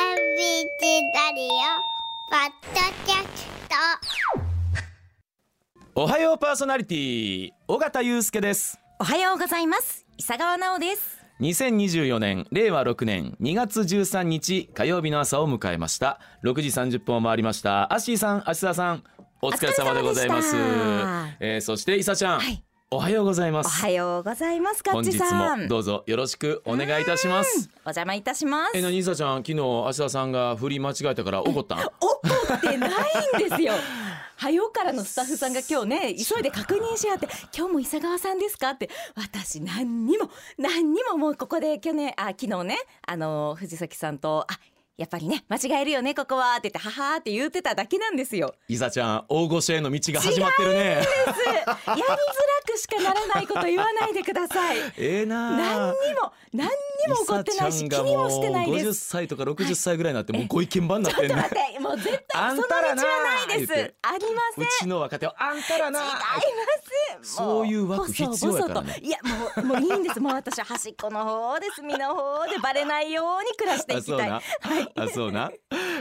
チラリオポッドキャストおはようパーソナリティ尾形祐介ですおはようございます。伊佐川直です。 2024年令和6年2月13日火曜日の朝を迎えました6時30分を回りましたアッシーさん芦田さんお疲れ様でございますお疲れ様でしたえーそして伊佐ちゃん、いおはようございまおすはようございます。ガッ本チ日さん。もどうぞよろしくお願いいたしますお邪魔いたしますえ。何伊佐ちゃん昨日芦田さんが振り間違えたから怒ったん怒ってないんですよ。早うからのスタッフさんが今日 ね急いで確認し合って「今日も伊佐川さんですか?」って私何にも何にももうここで去年あ昨日ねあの藤崎さんと「あやっぱりね間違えるよねここは」って言って「はは」って言ってただけなんです よ。伊佐ちゃん大御所への道が始まってるねですやりづらくしかならないこと言わないでください。 ええなあ何にも何にも怒ってないし伊気佐ちゃんにがもしてないでもう50す。歳とか60歳ぐらいになってもうご意見番になっちょてっんとね待って、もう絶あん対その道たはらなないです。言ってありませ ん。うちの若手はあんたらなありません。もそういう枠必要やからね細々といやもうもういいんです。もう私は端っこの方で隅の方でバレないように暮らしていあきそうたい。な、あそうな、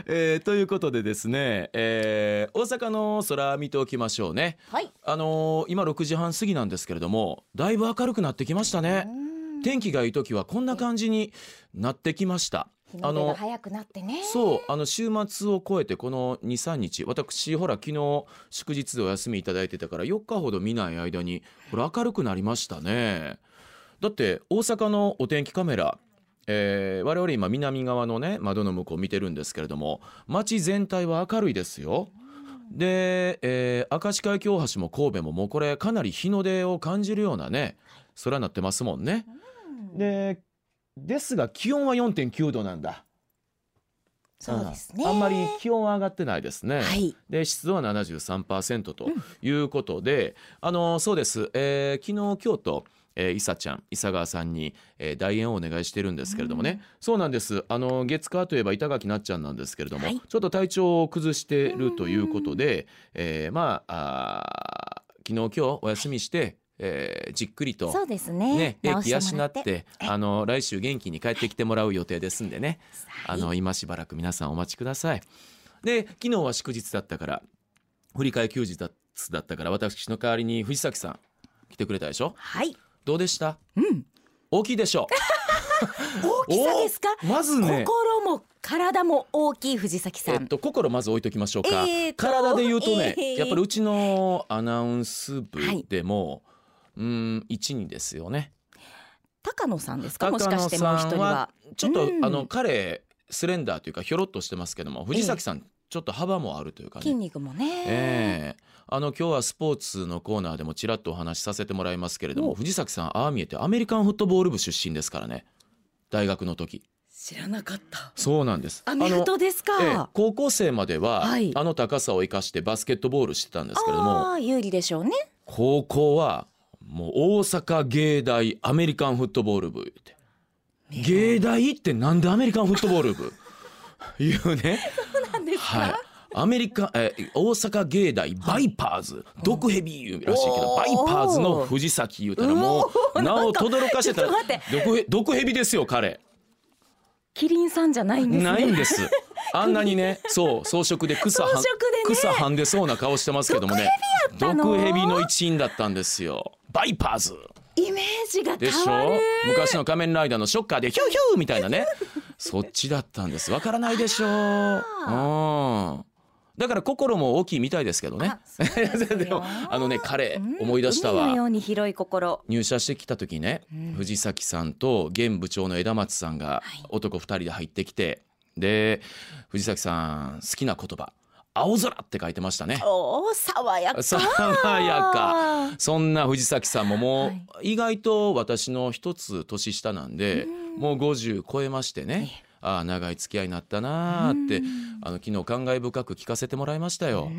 えーということでですね、えー大阪の空見ておきましょうねはい。あのー今6時半過ぎなんですけれどもだいぶ明るくなってきましたね天気がいい時はこんな感じになってきましたあの早くなってねそうあの週末を超えてこの23日私ほら昨日祝日でお休みいただいてたから4日ほど見ない間にこれ明るくなりましたねだって大阪のお天気カメラ、えー我々今南側のね窓の向こう見てるんですけれども街全体は明るいですよ。で、えー明石海峡大橋も神戸ももうこれかなり日の出を感じるようなね空になってますもんね。でですが気温は4.9度なんだ。そうですね。あんまり気温は上がってないですね。はい。で湿度は73%ということで、あのそうです、えー昨日今日と、えー、伊佐ちゃん伊佐川さんに、えー、代演をお願いしてるんですけれどもね、そうなんですあの月火といえば板垣なっちゃんなんですけれども、はいちょっと体調を崩してるということで、えーまああー昨日今日お休みして、えーじっくりとそうですねね。、で直気養してもらっ。てあの来週元気に帰ってきてもらう予定ですんでね、あの今しばらく皆さんお待ちください。で昨日は祝日だったから振り替え休日だだったから私の代わりに藤崎さん来てくれたでしょはい。どうでしたうん。大きいでしょ大きさですか？ おまずね心も体も大きい藤崎さえん。っと心まず置いときましょうか、えーと体で言うとね、えーやっぱりうちのアナウンス部でも、うーん1人ですよね高野さんですか？もしかしてもう一人は。ちょっと、うんあの彼スレンダーというかひょろっとしてますけども藤崎さん、ちょっと幅もあるというか筋ね。肉もね。ええあの今日はスポーツのコーナーでもちらっとお話しさせてもらいますけれどもお藤崎さんああ見えてアメリカンフットボール部出身ですからね大学の時知らなかった。そうなんですアメフトですあのええか。高校生までは、はいあの高さを生かしてバスケットボールしてたんですけれどもああ有利でしょうね。高校はもう大阪芸大アメリカンフットボール部って芸大ってなんでアメリカンフットボール部 いうねなんですはいか。アメリカえー大阪芸大バイパーズ、毒ヘビーらしいけどおーバイパーズの藤崎言うたらもう 名を轟かしてたらちょっと待っ毒ヘ毒ヘビですよ彼キリンさんじゃないんですね。ないんですあんなにねそう装飾で草は装飾でね草はんでそうな顔してますけどもね毒ヘビやったの毒ヘビの一員だったんですよバイパーズイメージがでし変わょる。昔の仮面ライダーのショッカーでヒューヒューみたいな ねそっちだったんですわからないでしょう、うん、だから心も大きいみたいですけどねあそうですよ でもあのね彼うん思い出したわ海のように広い心。入社してきた時ね、藤崎さんと現部長の枝松さんが男2人で入ってきて、で藤崎さん好きな言葉「青空」って書いてましたね。おお爽や か。爽やかそんな藤崎さんももう意外と私の一つ年下なんで、もう50超えましてね、ああ長い付き合いになったなあって、あの昨日感慨深く聞かせてもらいましたよ。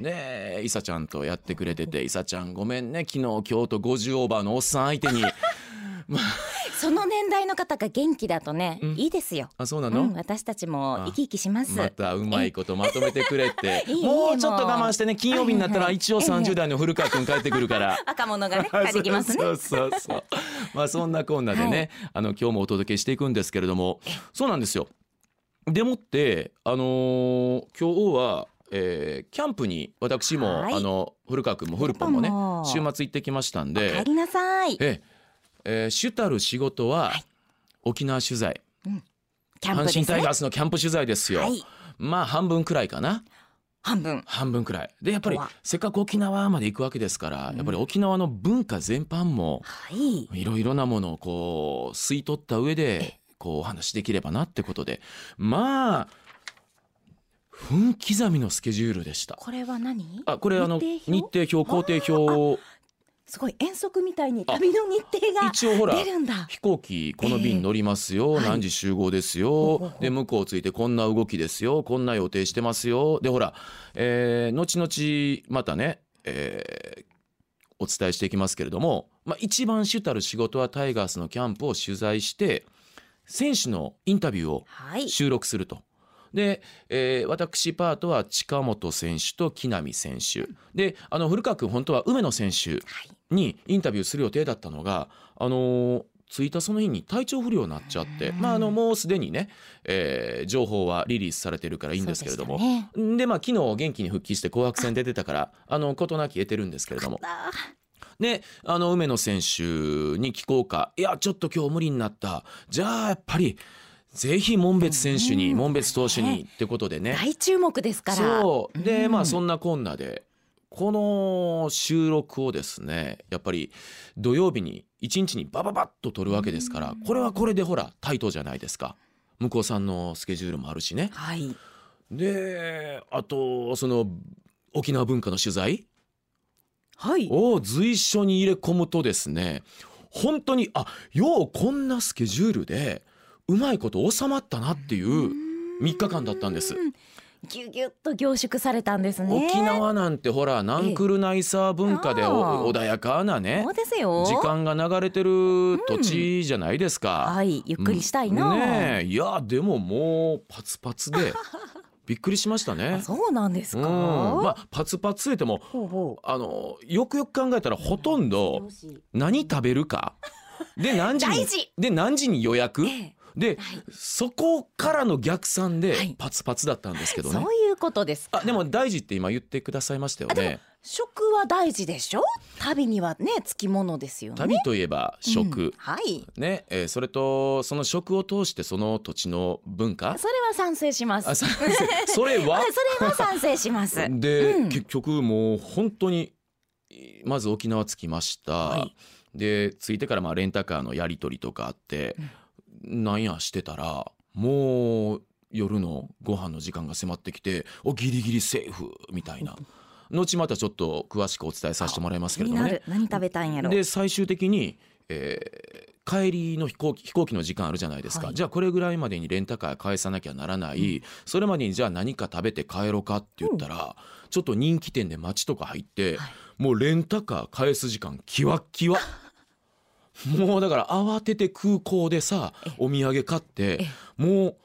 ねえいさちゃんとやってくれてていさちゃんごめんね昨日今日と50オーバーのおっさん相手 にその年代の方が元気だとね、いいですよ。あそうなうの、ん、私たちも生き生きします。またうまいことまとめてくれていいいいもうちょっと我慢してね金曜日になったら一応30代の古川君帰ってくるから。赤物がね帰ってきますね。 そうそうそうそう。まあそんなこんなでね、あの今日もお届けしていくんですけれども、そうなんですよ。でもってあのー今日は、えーキャンプに私も、はいあの古川君も古本もね古本も週末行ってきましたんお帰でりなさい。ええー主たる仕事は、はい沖縄取材、キャンプ阪です神タイねガ。ースのキャンプ取材ですよ、はい。まあ半分くらいかな半分。半分くらいでやっぱりうわせっかく沖縄まで行くわけですから、やっぱり沖縄の文化全般もはい。いろいろなものをこう吸い取った上でこうお話しできればなってことでまあ分刻みのスケジュールでした。これは何？あこれあの日日程程表工程表すごい遠足みたいに旅の日程が一応ほら出るんだ。飛行機この便乗りますよ、ええ何時集合ですほうよ、ほうほうで向こうついてこんな動きですよこんな予定してますよでほら、えー後々またね、えーお伝えしていきますけれども、まあ、一番主たる仕事はタイガースのキャンプを取材して選手のインタビューをはい。収録すると。で、えー私パートは近本選手と木浪選手であの古川君本当は梅野選手はい。にインタビューする予定だったのが、あのー着いたその日に体調不良になっちゃって、うんまあ、あのもうすでにね、えー情報はリリースされてるからいいんですけれども。そうでしたねでまあ、昨日元気に復帰して紅白戦出てたからあの事なき得てるんですけれどもあであの梅野選手に聞こうかいやちょっと今日無理になったじゃあやっぱりぜひ門別選手にうん門別投手にってことでねー大注目ですから。そうで、うんまあそんなこんなでこの収録をですねやっぱり土曜日に一日にバババッと撮るわけですから、これはこれでほらタイトじゃないですか向こうさんのスケジュールもあるしね。はい。であとその沖縄文化の取材はい。を随所に入れ込むとですね本当にあようこんなスケジュールでうまいこと収まったなっていう3日間だったんです。うん。ぎゅぎゅっと凝縮されたんですね。沖縄なんてほらナンクルナイサー文化でええあおー穏やかなねそうですよ。時間が流れてる土地じゃないですか。はい。ゆっくりしたいな。うんねえいやでももうパツパツで びっくりしましたあね。そうなんですうんか。まあパツパツ言ってもほうほあのよくよく考えたらほとんどう。何食べるか で何時に大事で何時に予約ええではいそこからの逆算はいでパツパツだったんですけどそね。ういうことですか。あでも大事って今言ってくださいましたよあでねも。食は大事でしょ。旅にはねつきものですよね。旅といえば食、うんはい。ね、えーそれとその食を通してその土地の文化それは賛成します。あはいさそれは それは賛成します。で、うん結局もう本当にまず沖縄着きました、はいで着いてからまあレンタカーのやり取りとかあって、なんやしてたらもう夜のご飯の時間が迫ってきておギリギリセーフみたいな後またちょっと詳しくお伝えさせてもらいますけ気れにどもなねる。何食べたんやろ。で最終的に、えー帰りの飛行機飛行機の時間あるじゃないですか、はいじゃあこれぐらいまでにレンタカー返さなきゃならない、それまでにじゃあ何か食べて帰ろうかって言ったら、ちょっと人気店で街とか入って、はいもうレンタカー返す時間キワッキ ワ。もうだから慌てて空港でさお土産買ってえもう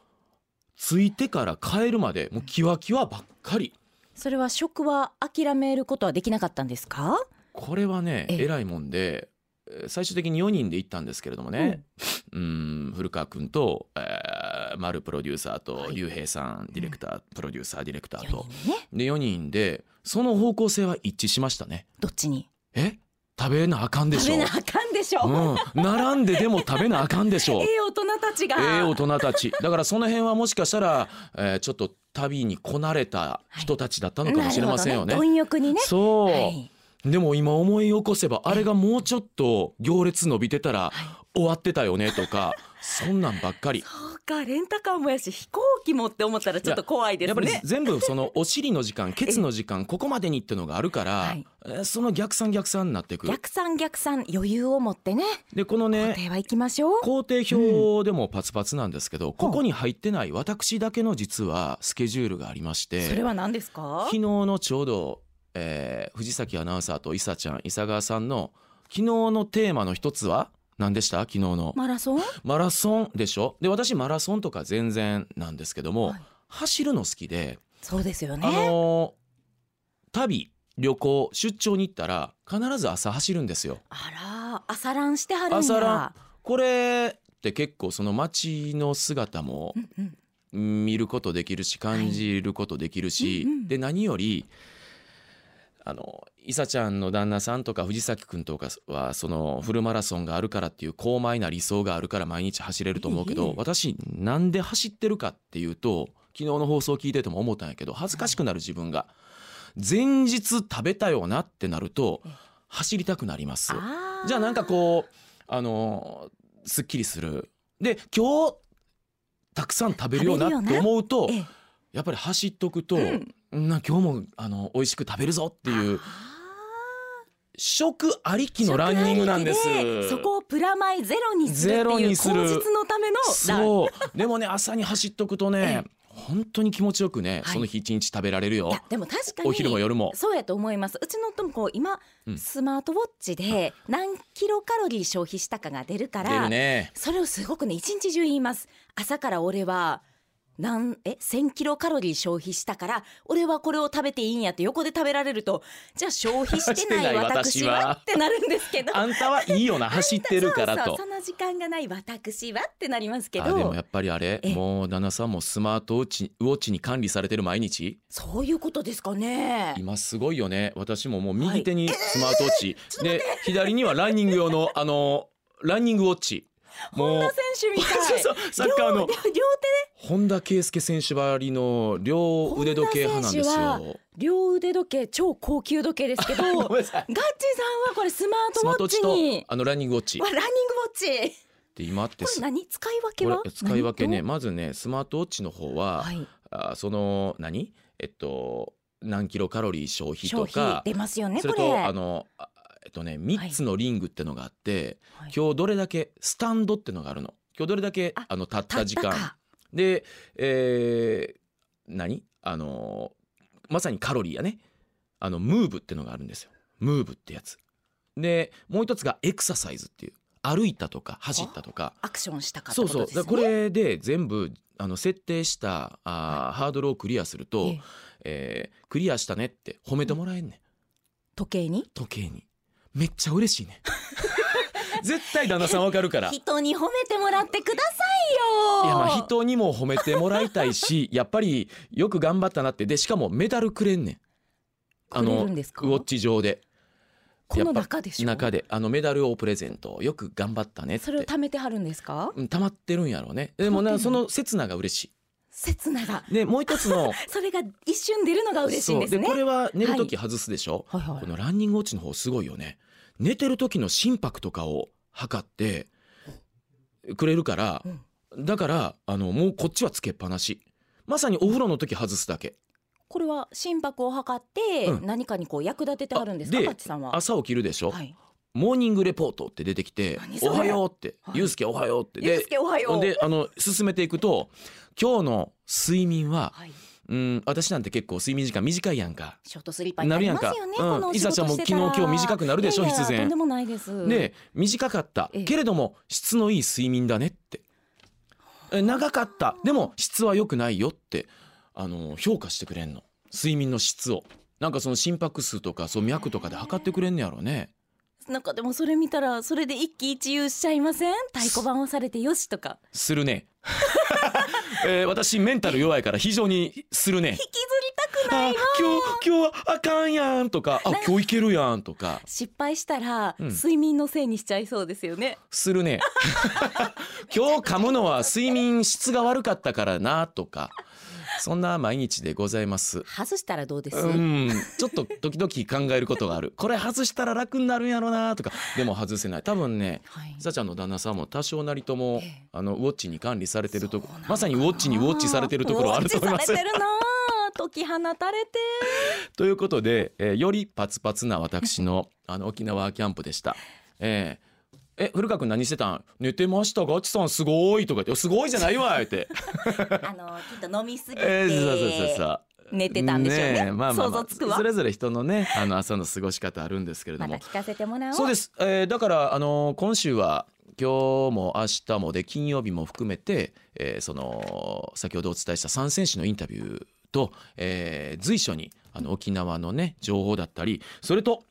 着いてから帰るまでもうキワキワばっかりそれは食は諦めることはできなかったんですか。これはねえええらいもんでえー最終的に4人で行ったんですけれどもね、うん、古川君と、えー、丸プロデューサーとはい竜兵さんディレクター、プロデューサーディレクター四と人ね。で4人でその方向性は一致しましたね。どっちに。え食べなあかんで食しょべなあかんでしょ。うん、並んででも食べなあかんでしょ えう。え大人たちが。ええ大人たちだからその辺はもしかしたら、えーちょっと旅にこなれた人たちだったのかもしれませんよね。なるほど貪欲にね。そう、はいでも今思い起こせばあれがもうちょっと行列伸びてたら終わってたよねとかそんなんばっ かり。そうかレンタカーもやし飛行機もって思ったらちょっと怖いでやすっぱりね。全部そのお尻の時 間ケツの時間ここまでにってのがあるから、はいえーその逆算逆算になってくる逆算逆算余裕を持ってね。でこのねねでは行きましょう。工程表でもパツパツなんですけど、ここに入ってない私だけの実はスケジュールがありましそれては何ですか昨。日のちょうど、えー藤崎アナウンサーと伊佐ちゃん伊佐川さんの昨日のテーマの一つは何でした昨日のマラソン。マラソンでしょで私マラソンとか全然なんですけども、はい走るの好きで、 そうですよあね。のー旅旅行出張に行ったら必ず朝走るんですよ。あら朝ランしてはるんや。朝ランこれって結構その街の姿もうんうん見ることできるし感じることできるし、うんうんで何よりあの伊佐ちゃんの旦那さんとか藤崎君とかはそのフルマラソンがあるからっていう高邁な理想があるから毎日走れると思うけど、ええ私なんで走ってるかっていうと昨日の放送聞いてても思ったんやけど恥ずかしくなる自分が前日食べたよなってなるとええ走りたくなります。あーじゃあなんかこうあのーすっきりするで今日たくさん食べるようなっ食べるてよな思うとええやっぱり走っとくと、うんな今日もあの美味しく食べるぞっていうあ食ありきーのランニングなんです。食ありきそこをプラマイゼロにするってゼいロうにす口る実のためのランそうでもね朝に走っとくと ね本当に気持ちよくね、はいその日一日食べられるいよやでも確かにお昼も夜もそうやと思いますうちの夫もこう今、うんスマートウォッチで何キロカロリー消費したかが出るから出るねそれをすごくね一日中言います朝から俺はなんえ1000キロカロリー消費したから俺はこれを食べていいんやって横で食べられるとじゃあ消費してなしていない 私私ははってなるんですけどあんたはいいよな走ってるからそうとそうその時間がない私はってなりますけあでもどやっぱりあれええもう旦那さんもスマートウォッチウォッチに管理されてる毎日そういうことですかね今すごいよね私ももう右手にスマートウォッチ、で左にはランニング用のあのランニングウォッチもう選手みた いそうそうサッカー両の両手で本田圭佑選手ばりの両腕時計派なんです本田よ両腕時計超高級時計です けどガッチごめんなさいさんはこれスマスマーートウォットウォッチチとにあのランニングウォッチわランニングウォッチで今ってこれす何使い分けはこれ使い分けね何まずねスマートウォッチの方は、はい、あその何えっと何キロカロリー消費消と費か出ますよねそこれれとあのあえっとね3つのリングってのがあって、はい今日どれだけスタンドってのがあるの今日どれだけああのたったた時間で、えー何あのーまさにカロリーやねあのムーブってのがあるんですよムーブってやつでもう一つがエクササイズっていう歩いたとか走ったとかアクションしたかってそこうそとうですだねからこれで全部あの設定したあー、ハードルをクリアすると、えええークリアしたねって褒めてもらえんねん時計に時計にめっちゃ嬉しい ね絶対旦那さんわかるから人に褒めてもらってくださいよいやまあ人にも褒めてもらいたい しやっぱりよく頑張ったなってでしかもメダルくれんねんあくれのウるんォですかッチ上でこのやっぱ中でしょ中であのメダルをプレゼントよく頑張ったねってそれを貯めてはるんですかうん溜まってるんやろうねでも溜まなってんそのの刹那が嬉し刹那がいでもう一つのそれが一瞬出るのが 嬉しいんですそうねこれは寝る時外すでしょ、はいはこいのランニングウォッチの方すごいよね寝てる時の心拍とかを測ってくれるからうんだからあのもうこっちはつけっぱなしまさにお風呂の時外すだけこれは心拍を測ってうん何かにこう役立ててあるんですかあでカッチさんは朝起きるでしょ、はいモーニングレポートって出てきて何「それおはよう」っては「いゆうすけおはよう」ってゆうすけおはようであの進めていくと今日の睡眠ははいうん私なんて結構睡眠時間短いやんか。ショートスリーパーになりますよなるやんかねこのおうん仕事いさちゃんもしてたら昨日今日短くなるでしょいやいや必然とんでもないですで短かったええけれども質のいい睡眠だねってえ長かったでも質は良くないよってあの評価してくれんの睡眠の質をなんかその心拍数とかそう脈とかで測ってくれんねやろうね。なんかでもそれ見たらそれで一喜一憂しちゃいません太鼓判をされてよしとかするね。 えー私メンタル弱いから非常にするね。引きずりたくなあい今日今日はあかんやんとかあ今日いけるやんとか失敗したらうん睡眠のせいにしちゃいそうですよね、する ね。今日噛むのは睡眠質が悪かったからなとかそんな毎日でございます。外したらどうです、うん、ちょっと時々考えることがあるこれ外したら楽になるんやろなとかでも外せない多分ねはいさちゃんの旦那さんも多少なりとも、ええあのウォッチに管理されてるとこそうなのかなまさにウォッチにウォッチされてるところはあると思いまウすォッチさ。れてるなあ解き放たれてということで、えーよりパツパツな私のあの沖縄キャンプでした。えーえ古川君何してたん寝てましたガチさんすごいとか言っていや「すごいじゃないわ」って 「あのきっと飲みすぎて、えー、そうそうそうそう寝てたんでしょうねえまあまあま想像あつくわそれぞれ人のねあの朝の過ごし方あるんですけれどまたも聞かせてもらおうそうです、えーだから、あのー今週は今日も明日もで金曜日も含めて、えーその先ほどお伝えした3選手のインタビューと、えー随所にあの沖縄のね情報だったりそれと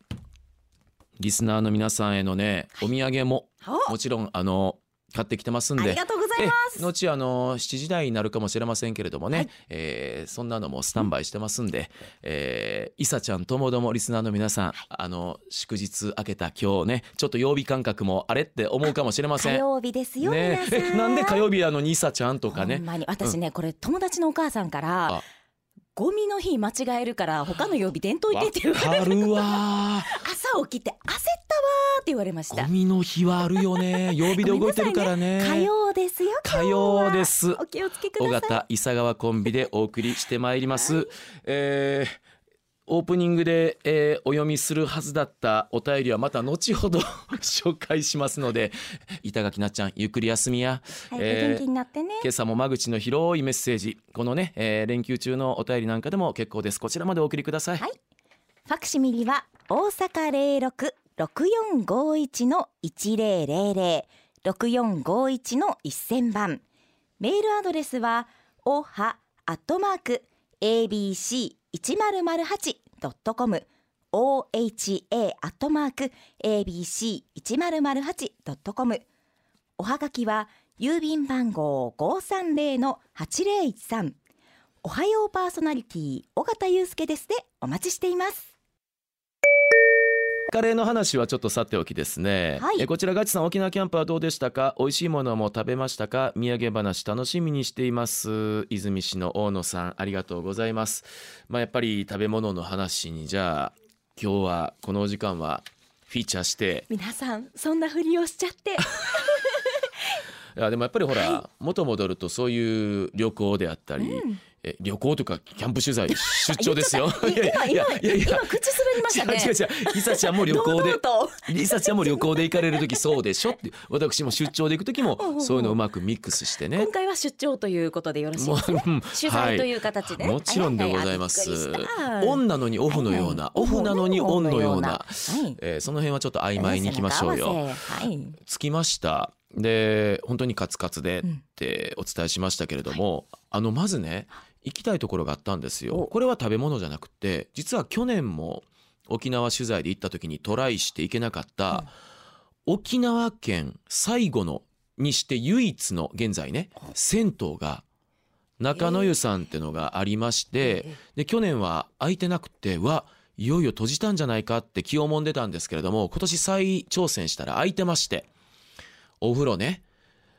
リスナーの皆さんへのねお土産もおもちろんあの買ってきてますんありでがとうございざいます。後あの7時台になるかもしれませんけれどもね、はいえーそんなのもスタンバイしてますんで、えー、いさちゃんともどもリスナーの皆さん、あの祝日明けた今日ねちょっと曜日感覚もあれって思うかもしれませ火ん。曜日ですよ、ね皆さえん。なんで火曜日なのにいさちゃんとかほんねまに私ね、これ友達のお母さんかあらゴミの日間違えるから他の曜日伝統いてって言われてわかるわ朝起きて焦ったわーって言われましーゴた。ミの日はあるよね曜日で動いてるからね火曜ですよ。。火曜ですすお気をつけく尾ださい。形伊佐川コンビでお送りしてまいります、えーオープニングで、えーお読みするはずだったお便りはまた後ほど 紹介しますので板垣なっちゃんゆっくり休みや、はい、えおー元気になってね。今朝も間口の広いメッセージこのね、えー連休中のお便りなんかでも結構ですこちらまでお送りください、はいファクシミリは大阪零六六四五一の一零零零六四五一の一千番。メールアドレスはおはアットマーク abc 一0 0 8ドットコム oha アットマーク abc 一0 0 8ドットコム。おはがきは郵便番号五三零の八零一三。おはようパーソナリティ尾形祐介ですでお待ちしていますカレーの話はちょっとさておきですね、はいえこちらガチさん沖縄キャンプはどうでしたか美味しいものも食べましたか土産話楽しみにしています泉市の大野さんありがとうございますまあやっぱり食べ物の話にじゃあ今日はこのお時間はフィーチャーして皆さんそんなふりをしちゃっていやでもやっぱりほら、元戻るとそう いう旅行であったり、え旅行とかキャンプ取材出張ですよ今い今今やいやいやいや今口滑りましたね違う違う違ういさちゃんも旅行で堂々とリサちゃんも旅行で行かれる時そうでしょって私も出張で行く時うんうんうもんそういうのをうまくミックスしてね今。回は出張ということでよろしいもですかううん取材という形でねはいもちろんでございまはいはいすはいびっくりした。オンなのにオフのような、はいオフなのにオンのような、はいえーその辺はちょっと曖昧にいきましょう合よ。わせはい着きました。で本当にカツカツでっうんてお伝えしましたけれども、あのまずね行きたいところがあったんですよお。これは食べ物じゃなくて実は去年も沖縄取材で行った時にトライして行けなかった、沖縄県最後のにして唯一の現在ね銭湯が中野湯さんってのがありまして、で去年は空いてなくてはいよいよ閉じたんじゃないかって気をもんでたんですけれども今年再挑戦したら空いてましてお風呂ね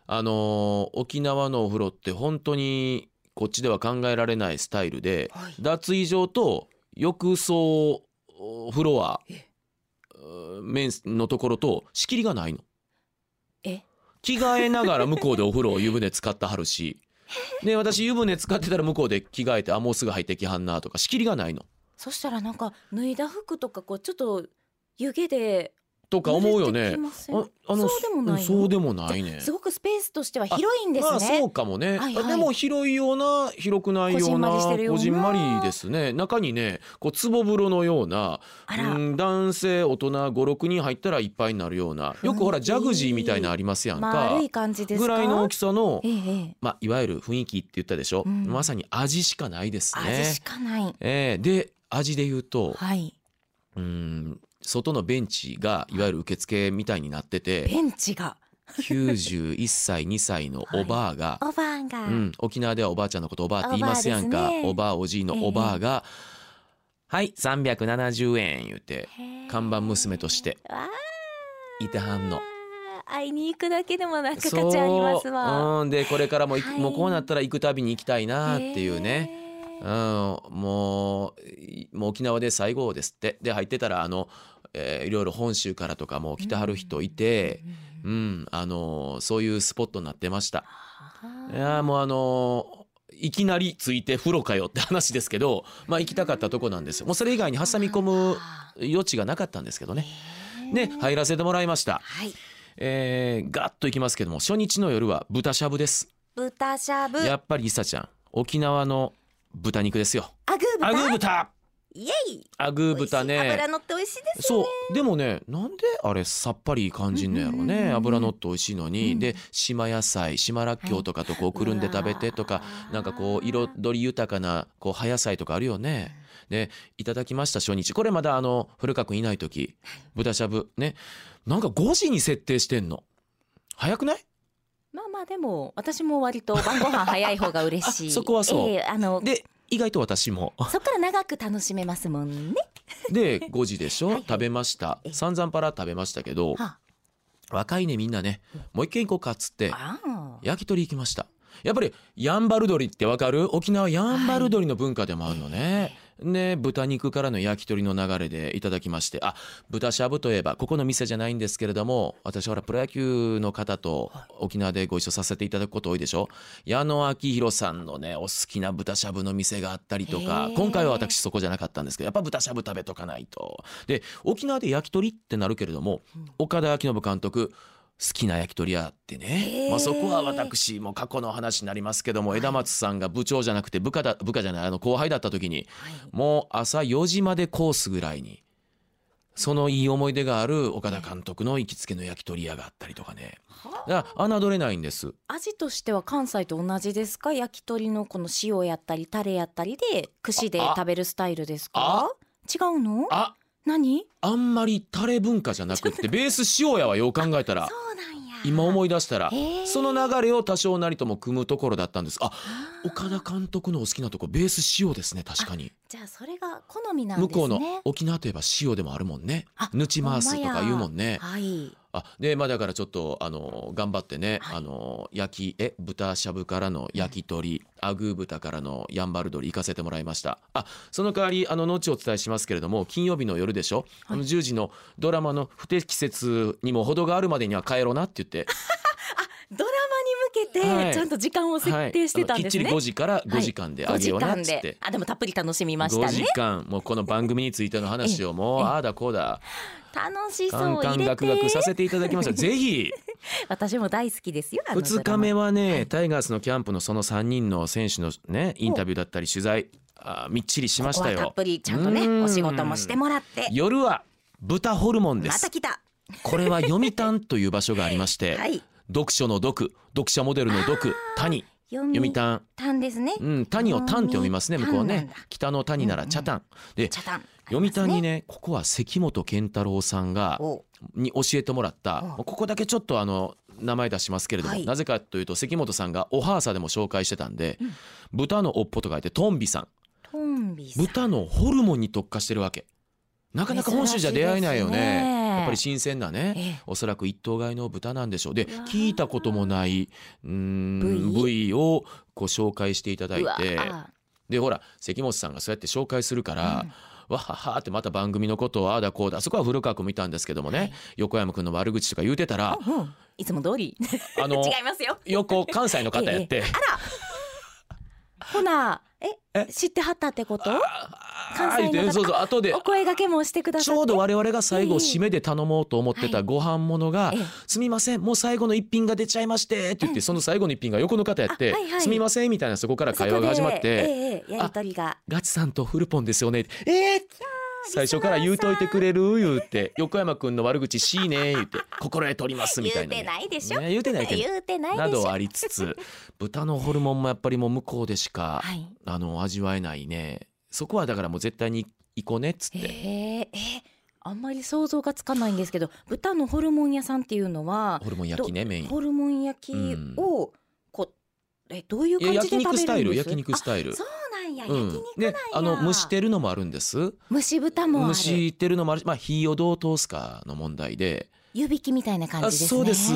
あのー沖縄のお風呂って本当にこっちでは考えられないスタイルで、はい脱衣場と浴槽おフロアえうん面のところと仕切りがないのえ着替えながら向こうでお風呂を湯船使ってはるしで私湯船使ってたら向こうで着替えてあもうすぐ入ってきはんなとか仕切りがないのそしたらなんか脱いだ服とかこうちょっと湯気でとか思うよね濡れてきませんああのそうでもないのそうでもないねすごくスペースとしては広いんですね、まあそうかもね、はいはいでも広いような広くないようなこじんまりしてるようなこじんまりですね中にねこう壺風呂のようなあらうん男性大人56人入ったらいっぱいになるようなよくほら雰囲気ジャグジーみたいなのありますやんか、丸い感じですかぐらいの大きさのえ、えええまあ、いわゆる雰囲気って言ったでしょ、うんまさに味しかないですね。味しかないえーで味で言うと、はいうん外のベンチがいわゆる受付みたいになっててベンチが91歳2歳のおばあが、おばあが、うん、沖縄ではおばあちゃんのことおばあって言いますやんおばあかですねおばあおじいのおばあが「はい370円」言うてへえ看板娘としてわあいてはんの。会いに行くだけでもなんか価値ありますわそううん、でこれからもいく、はいもうこうなったら行くたびに行きたいなっていうね。うへんえ、もういもう沖縄で最後ですってで入ってたらあの、えーいろいろ本州からとかも来てはる人いて、うんあのーそういうスポットになってました。いやーもうあのーいきなりついて風呂かよって話ですけど、まあ、行きたかったとこなんですよもうそれ以外に挟み込む余地がなかったんですけどね。ね入らせてもらいました。はいえー、ガッと行きますけども初日の夜は豚しゃぶです。豚しゃぶやっぱりいさちゃん沖縄の豚肉ですよ。アグーアグー豚豚イエイアグー豚美味しいね油乗って美味しいですそうでもねなんであれさっぱり感じんのやろううんうんうんねうん油乗って美味しいのに、うんで島野菜島らっきょうとかとこうくるんで食べてとか、なんかこう彩り豊かなこう葉野菜とかあるよね。でいただきました初日これまだあの古川君いない時豚しゃぶねなんか5時に設定してんの早くないまあままあでも私も割と晩ご飯早い方が嬉しい。あそこはそうええあので意外と私 もそこから長く楽しめますもんね。で5時でしょはいはい食べましたええ散々パラ食べましたけどは若いねみんなねもう一軒行こうかっつってああ焼き鳥行きましたやっぱりヤンバル鶏ってわかる沖縄ヤンバル鶏の文化でもあるのね、ね豚肉からの焼き鳥の流れでいただきましてあ豚しゃぶといえばここの店じゃないんですけれども私ほらプロ野球の方と沖縄でご一緒させていただくこと多いでしょ矢野明宏さんのねお好きな豚しゃぶの店があったりとかへえ今回は私そこじゃなかったんですけどやっぱ豚しゃぶ食べとかないとで沖縄で焼き鳥ってなるけれども、岡田彰信監督好きな焼き鳥屋あってねへ、ーまあ、そこは私も過去の話になりますけども枝松さんが部長じゃなくて部下だ部下じゃないあの後輩だった時にもう朝4時までコースぐらいにそのいい思い出がある岡田監督の行きつけの焼き鳥屋があったりとかねだから侮れないんです味としては関西と同じですか焼き鳥のこの塩やったりタレやったりで串でああ食べるスタイルですか違うのあ何あんまりタレ文化じゃなくってベース塩屋はよう考えたらそうなんや今思い出したらへーその流れを多少なりとも組むところだったんですあ岡田監督のお好きなとこベース塩ですね確かにじゃあそれが好みなんです向こねうの沖縄といえば塩でもあるもんねあぬち回すとか言うもんねはいあでまあだからちょっとあの頑張ってね、はいあの焼きえ豚しゃぶからの焼き鳥、アグー豚からのヤンバル鶏行かせてもらいましたあその代わりあの後お伝えしますけれども金曜日の夜でしょ、あの10時のドラマの不適切にも程があるまでには帰ろうなって言っ てドラマに向けはいてちゃんと時間を設定してたんですね、はいあのきっちり5時から5時間であげようなっつ5っ時間でて、あでもたっぷり楽しみまし5たね時間もうこの番組についての話をもうええああだこうだ楽しそうカンカ入ンれガクガクてさせていただきましたぜひ私も大好きですよあの2ドラ日マ目はねタイガースのキャンプのその3人の選手のねインタビューだったり取材あみっちりしまこしこたはたっよぷりちゃんとねうんお仕事もしてもらって夜は豚ホルモンでまたす来たこれは読谷という場所がありましてはい読書の読読者モデルの読谷読読みた谷んですねうん谷を谷って読みますね向こうは谷ねなんだ北の谷なら茶谷で茶炭読谷にねここは関本健太郎さんがおに教えてもらったここだけちょっとあの名前出しますけれども、はいなぜかというと関本さんがおはーさでも紹介してたんで、豚のおっぽと書いてトンビさんトンビさん豚のホルモンに特化してるわけなかなか本州じゃ出会えないよね珍しいですねやっぱり新鮮なね、ええおそらく一頭買いの豚なんでしょうでうわー聞いたこともないうーん部部位をご紹介していただいうわてあでほら関本さんがそうやって紹介するから、わははってまた番組のことをああだこうだそこは古川君見たんですけどもね、はい横山君の悪口とか言うてたら、うんいつも通り 違あのいますよ横関西の方やって、ほなええ知ってはったってことあ関西の方言うてそうそう後でお声掛けもしてくだちさっょてうど我々が最後ええ締めで頼もうと思ってはたいご飯物がええ「すみませんもう最後の一品が出ちゃいまして」って言ってその最後の一品が横の方やってあはいは「いすみません」みたいなそこから会話が始まっそこでえてえええやりとりが「ガチさんとフルポンですよね」ええ最初から言うといてくれる」言うて「横山君の悪口しいね」言うて「心得ております」みたいなね。言うてないでしょね言うてないけど言うてないでしょなどはありつつ豚のホルモンもやっぱりもう向こうでしか、はいあの味わえないねそこはだからもう絶対に行こうねっつっへてええあんまり想像がつかないんですけど豚のホルモン屋さんっていうのはホルモン焼きねメインホルモン焼きうんをこうえどういういや感じ焼で食べるんです肉スタイル焼肉スタイあルそうなんや、うん焼肉なんやねあの蒸してるのもあるんです蒸し豚もある蒸してるのもあるしまあ火をどう通すかの問題で湯引きみたいな感あじですねそうです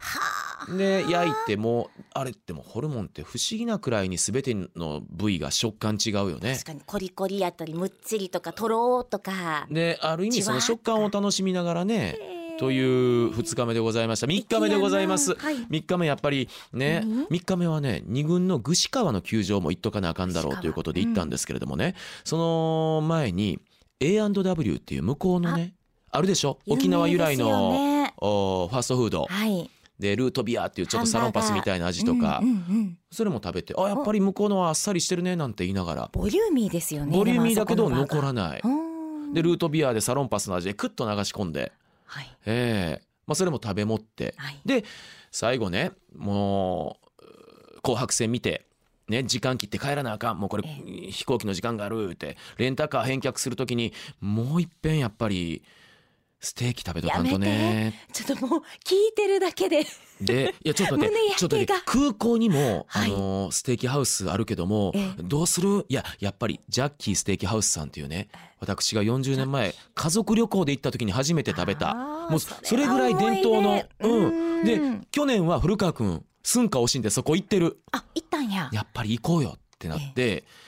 はあね焼いてもあれってもうホルモンって不思議なくらいに全ての部位が食感違うよね確かにコリコリやったりむっちりとかとろーとかである意味その食感を楽しみながらねという2日目でございました3日目でございます粋やなはい3日目やっぱりねうん3日目はね2軍の具志川の球場も行っとかなあかんだろうということで具行志っ川たんですけれどもねその前に A&W っていう向こうのねあるでしょ沖縄由来有名ですのよねおファーストフードはいでルートビアっていうちょっとサロンパスみたいな味とかうんうんうんそれも食べてあやっぱり向こうのはあっさりしてるねなんて言いながらボリューミーですよねボリューミーだけどでもあそ残このらないバーガーうんでルートビアでサロンパスの味でクッと流し込んで。はいええまあ、それも食べ持って、はいで最後ねもうう紅白戦見て、ね、時間切って帰らなあかんもうこれ、え飛行機の時間があるってレンタカー返却する時にもういっぺんやっぱりステーキ食べとかんとねちょっともう聞いてるだけででいやちょっと待って胸焼けがちょっと待って空港にも、はいあのーステーキハウスあるけどもええどうするいややっぱりジャッキーステーキハウスさんっていうね私が40年前家族旅行で行った時に初めて食べたあーもうそれぐらい伝統のそれは思い出ううんんで去年は古川くん寸歌惜しんでそこ行ってるあ行ったんややっぱり行こうよってなって、えー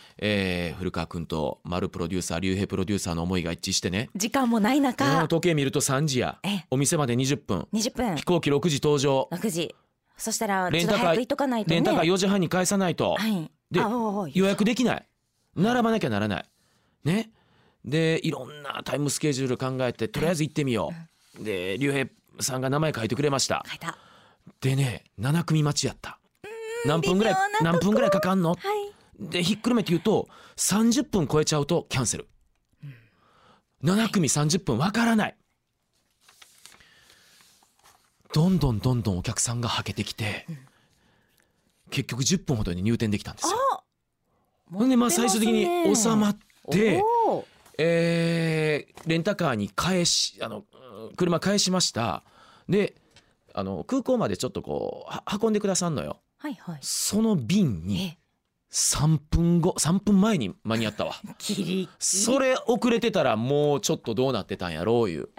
古川くんと丸プロデューサー竜兵プロデューサーの思いが一致してね時間もないうん中時計見ると3時やええお店まで20分20分飛行機6時登場6時そしたらレちンょタっとカー早く行っとかないとねレンタカー4時半に返さないとはいであおうおう予約できない並ばなきゃならないねでいろんなタイムスケジュール考えてとりあえず行ってみようで竜兵さんが名前書いてくれました書いたはでね7組待ちやった何分ぐらい微妙なとこ何分ぐらいかかんのいでひっくるめて言うと30分超えちゃうとキャンセル7組30分わからないどんどんどんどんお客さんがはけてきて結局10分ほどに入店できたんですよあほんでまあ最終的に収まっておーえーレンタカーに返しあのうん車返しましたであの空港までちょっとこうは運んでくださんのよはいはいその便にえ3分後3分前に間に合ったわギリギリそれ遅れてたらもうちょっとどうなってたんやろういう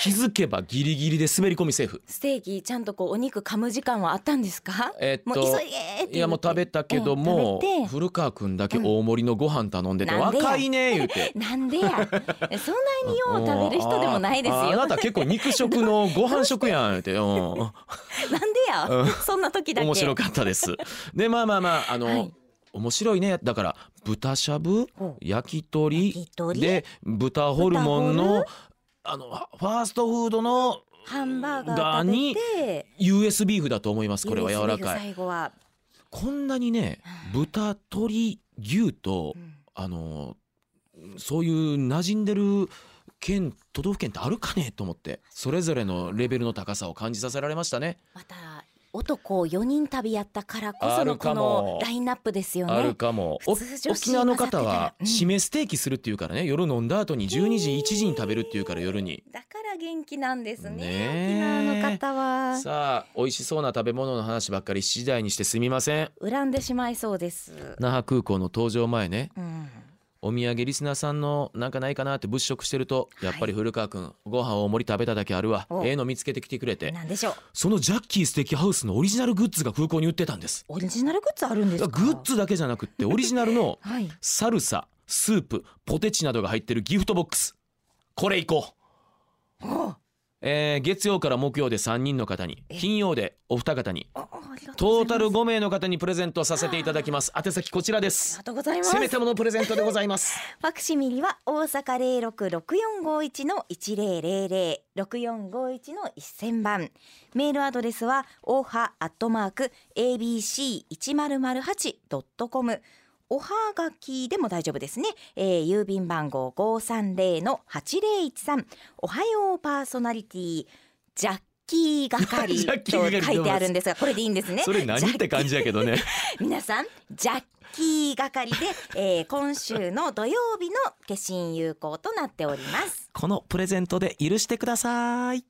気づけばギリギリで滑り込みセーフステーキちゃんとこうお肉噛む時間はあったんですかえっともう急いでーっていやもう食べたけどもうん食古川君だけ大盛りのご飯頼んでて「うんなんでや若いね」言うてべてなんでやそんなによう食べる人でもないですうんああよなた結構肉食のご飯食やん言うて、うんなんでや、うんそんな時だけ面白かったです。でまあまあまああの、はい面白いねだから豚しゃぶうん焼き鳥焼き鳥で豚ホルモン豚ホのルあのファーストフードのハンバーガー食べて US ビーフだと思いますこれは柔ら USB がかい最後は、こんなにね豚鶏牛とうんあのそういう馴染んでる県都道府県ってあるかねと思ってそれぞれのレベルの高さを感じさせられましたねまた男4人旅やったからこあそるのかこものラインナップですよあるねかも普お通女子沖縄の方混ざはってたらうん締めステーキするっていうからね夜飲んだ後に12時1時に食べるっていうから夜にだから元気なんですねねえ沖縄の方はさあ美味しそうな食べ物の話ばっかり次第にしてすみません恨んでしまいそうです、那覇空港の搭乗前ねうん、お土産リスナーさんのなんかないかなって物色してると、はいやっぱり古川君ご飯大盛り食べただけあるわおええの見つけてきてくれてなんでしょうそのジャッキーステーキハウスのオリジナルグッズが空港に売ってたんですオリジナルグッズあるんグですかッズだけじゃなく ってオリジナルのはいサルサスープポテチなどが入ってるギフトボックスこれいこうおえー月曜から木曜で3人の方に金曜でお二方にあありがとうトごーざタいますル5名の方にプレゼントさせていただきます宛先こちらでありすがとうございますせめてものプレゼントでございますファクシミリは大阪零六六四五一の一零零零六四五一の一千番。メールアドレスはおはアットマーク a b c 一0 0 8ドットコム。おはがきでも大丈夫ですね。えー、郵便番号五三零の八零一三。おはようパーソナリティジャッキー係ジャッキー係と書いてあるんですが、これでいいんですね。それ何って感じやけどね皆さんジャッキー係で、えー、今週の土曜日の化身有効となっておりますこのプレゼントで許してください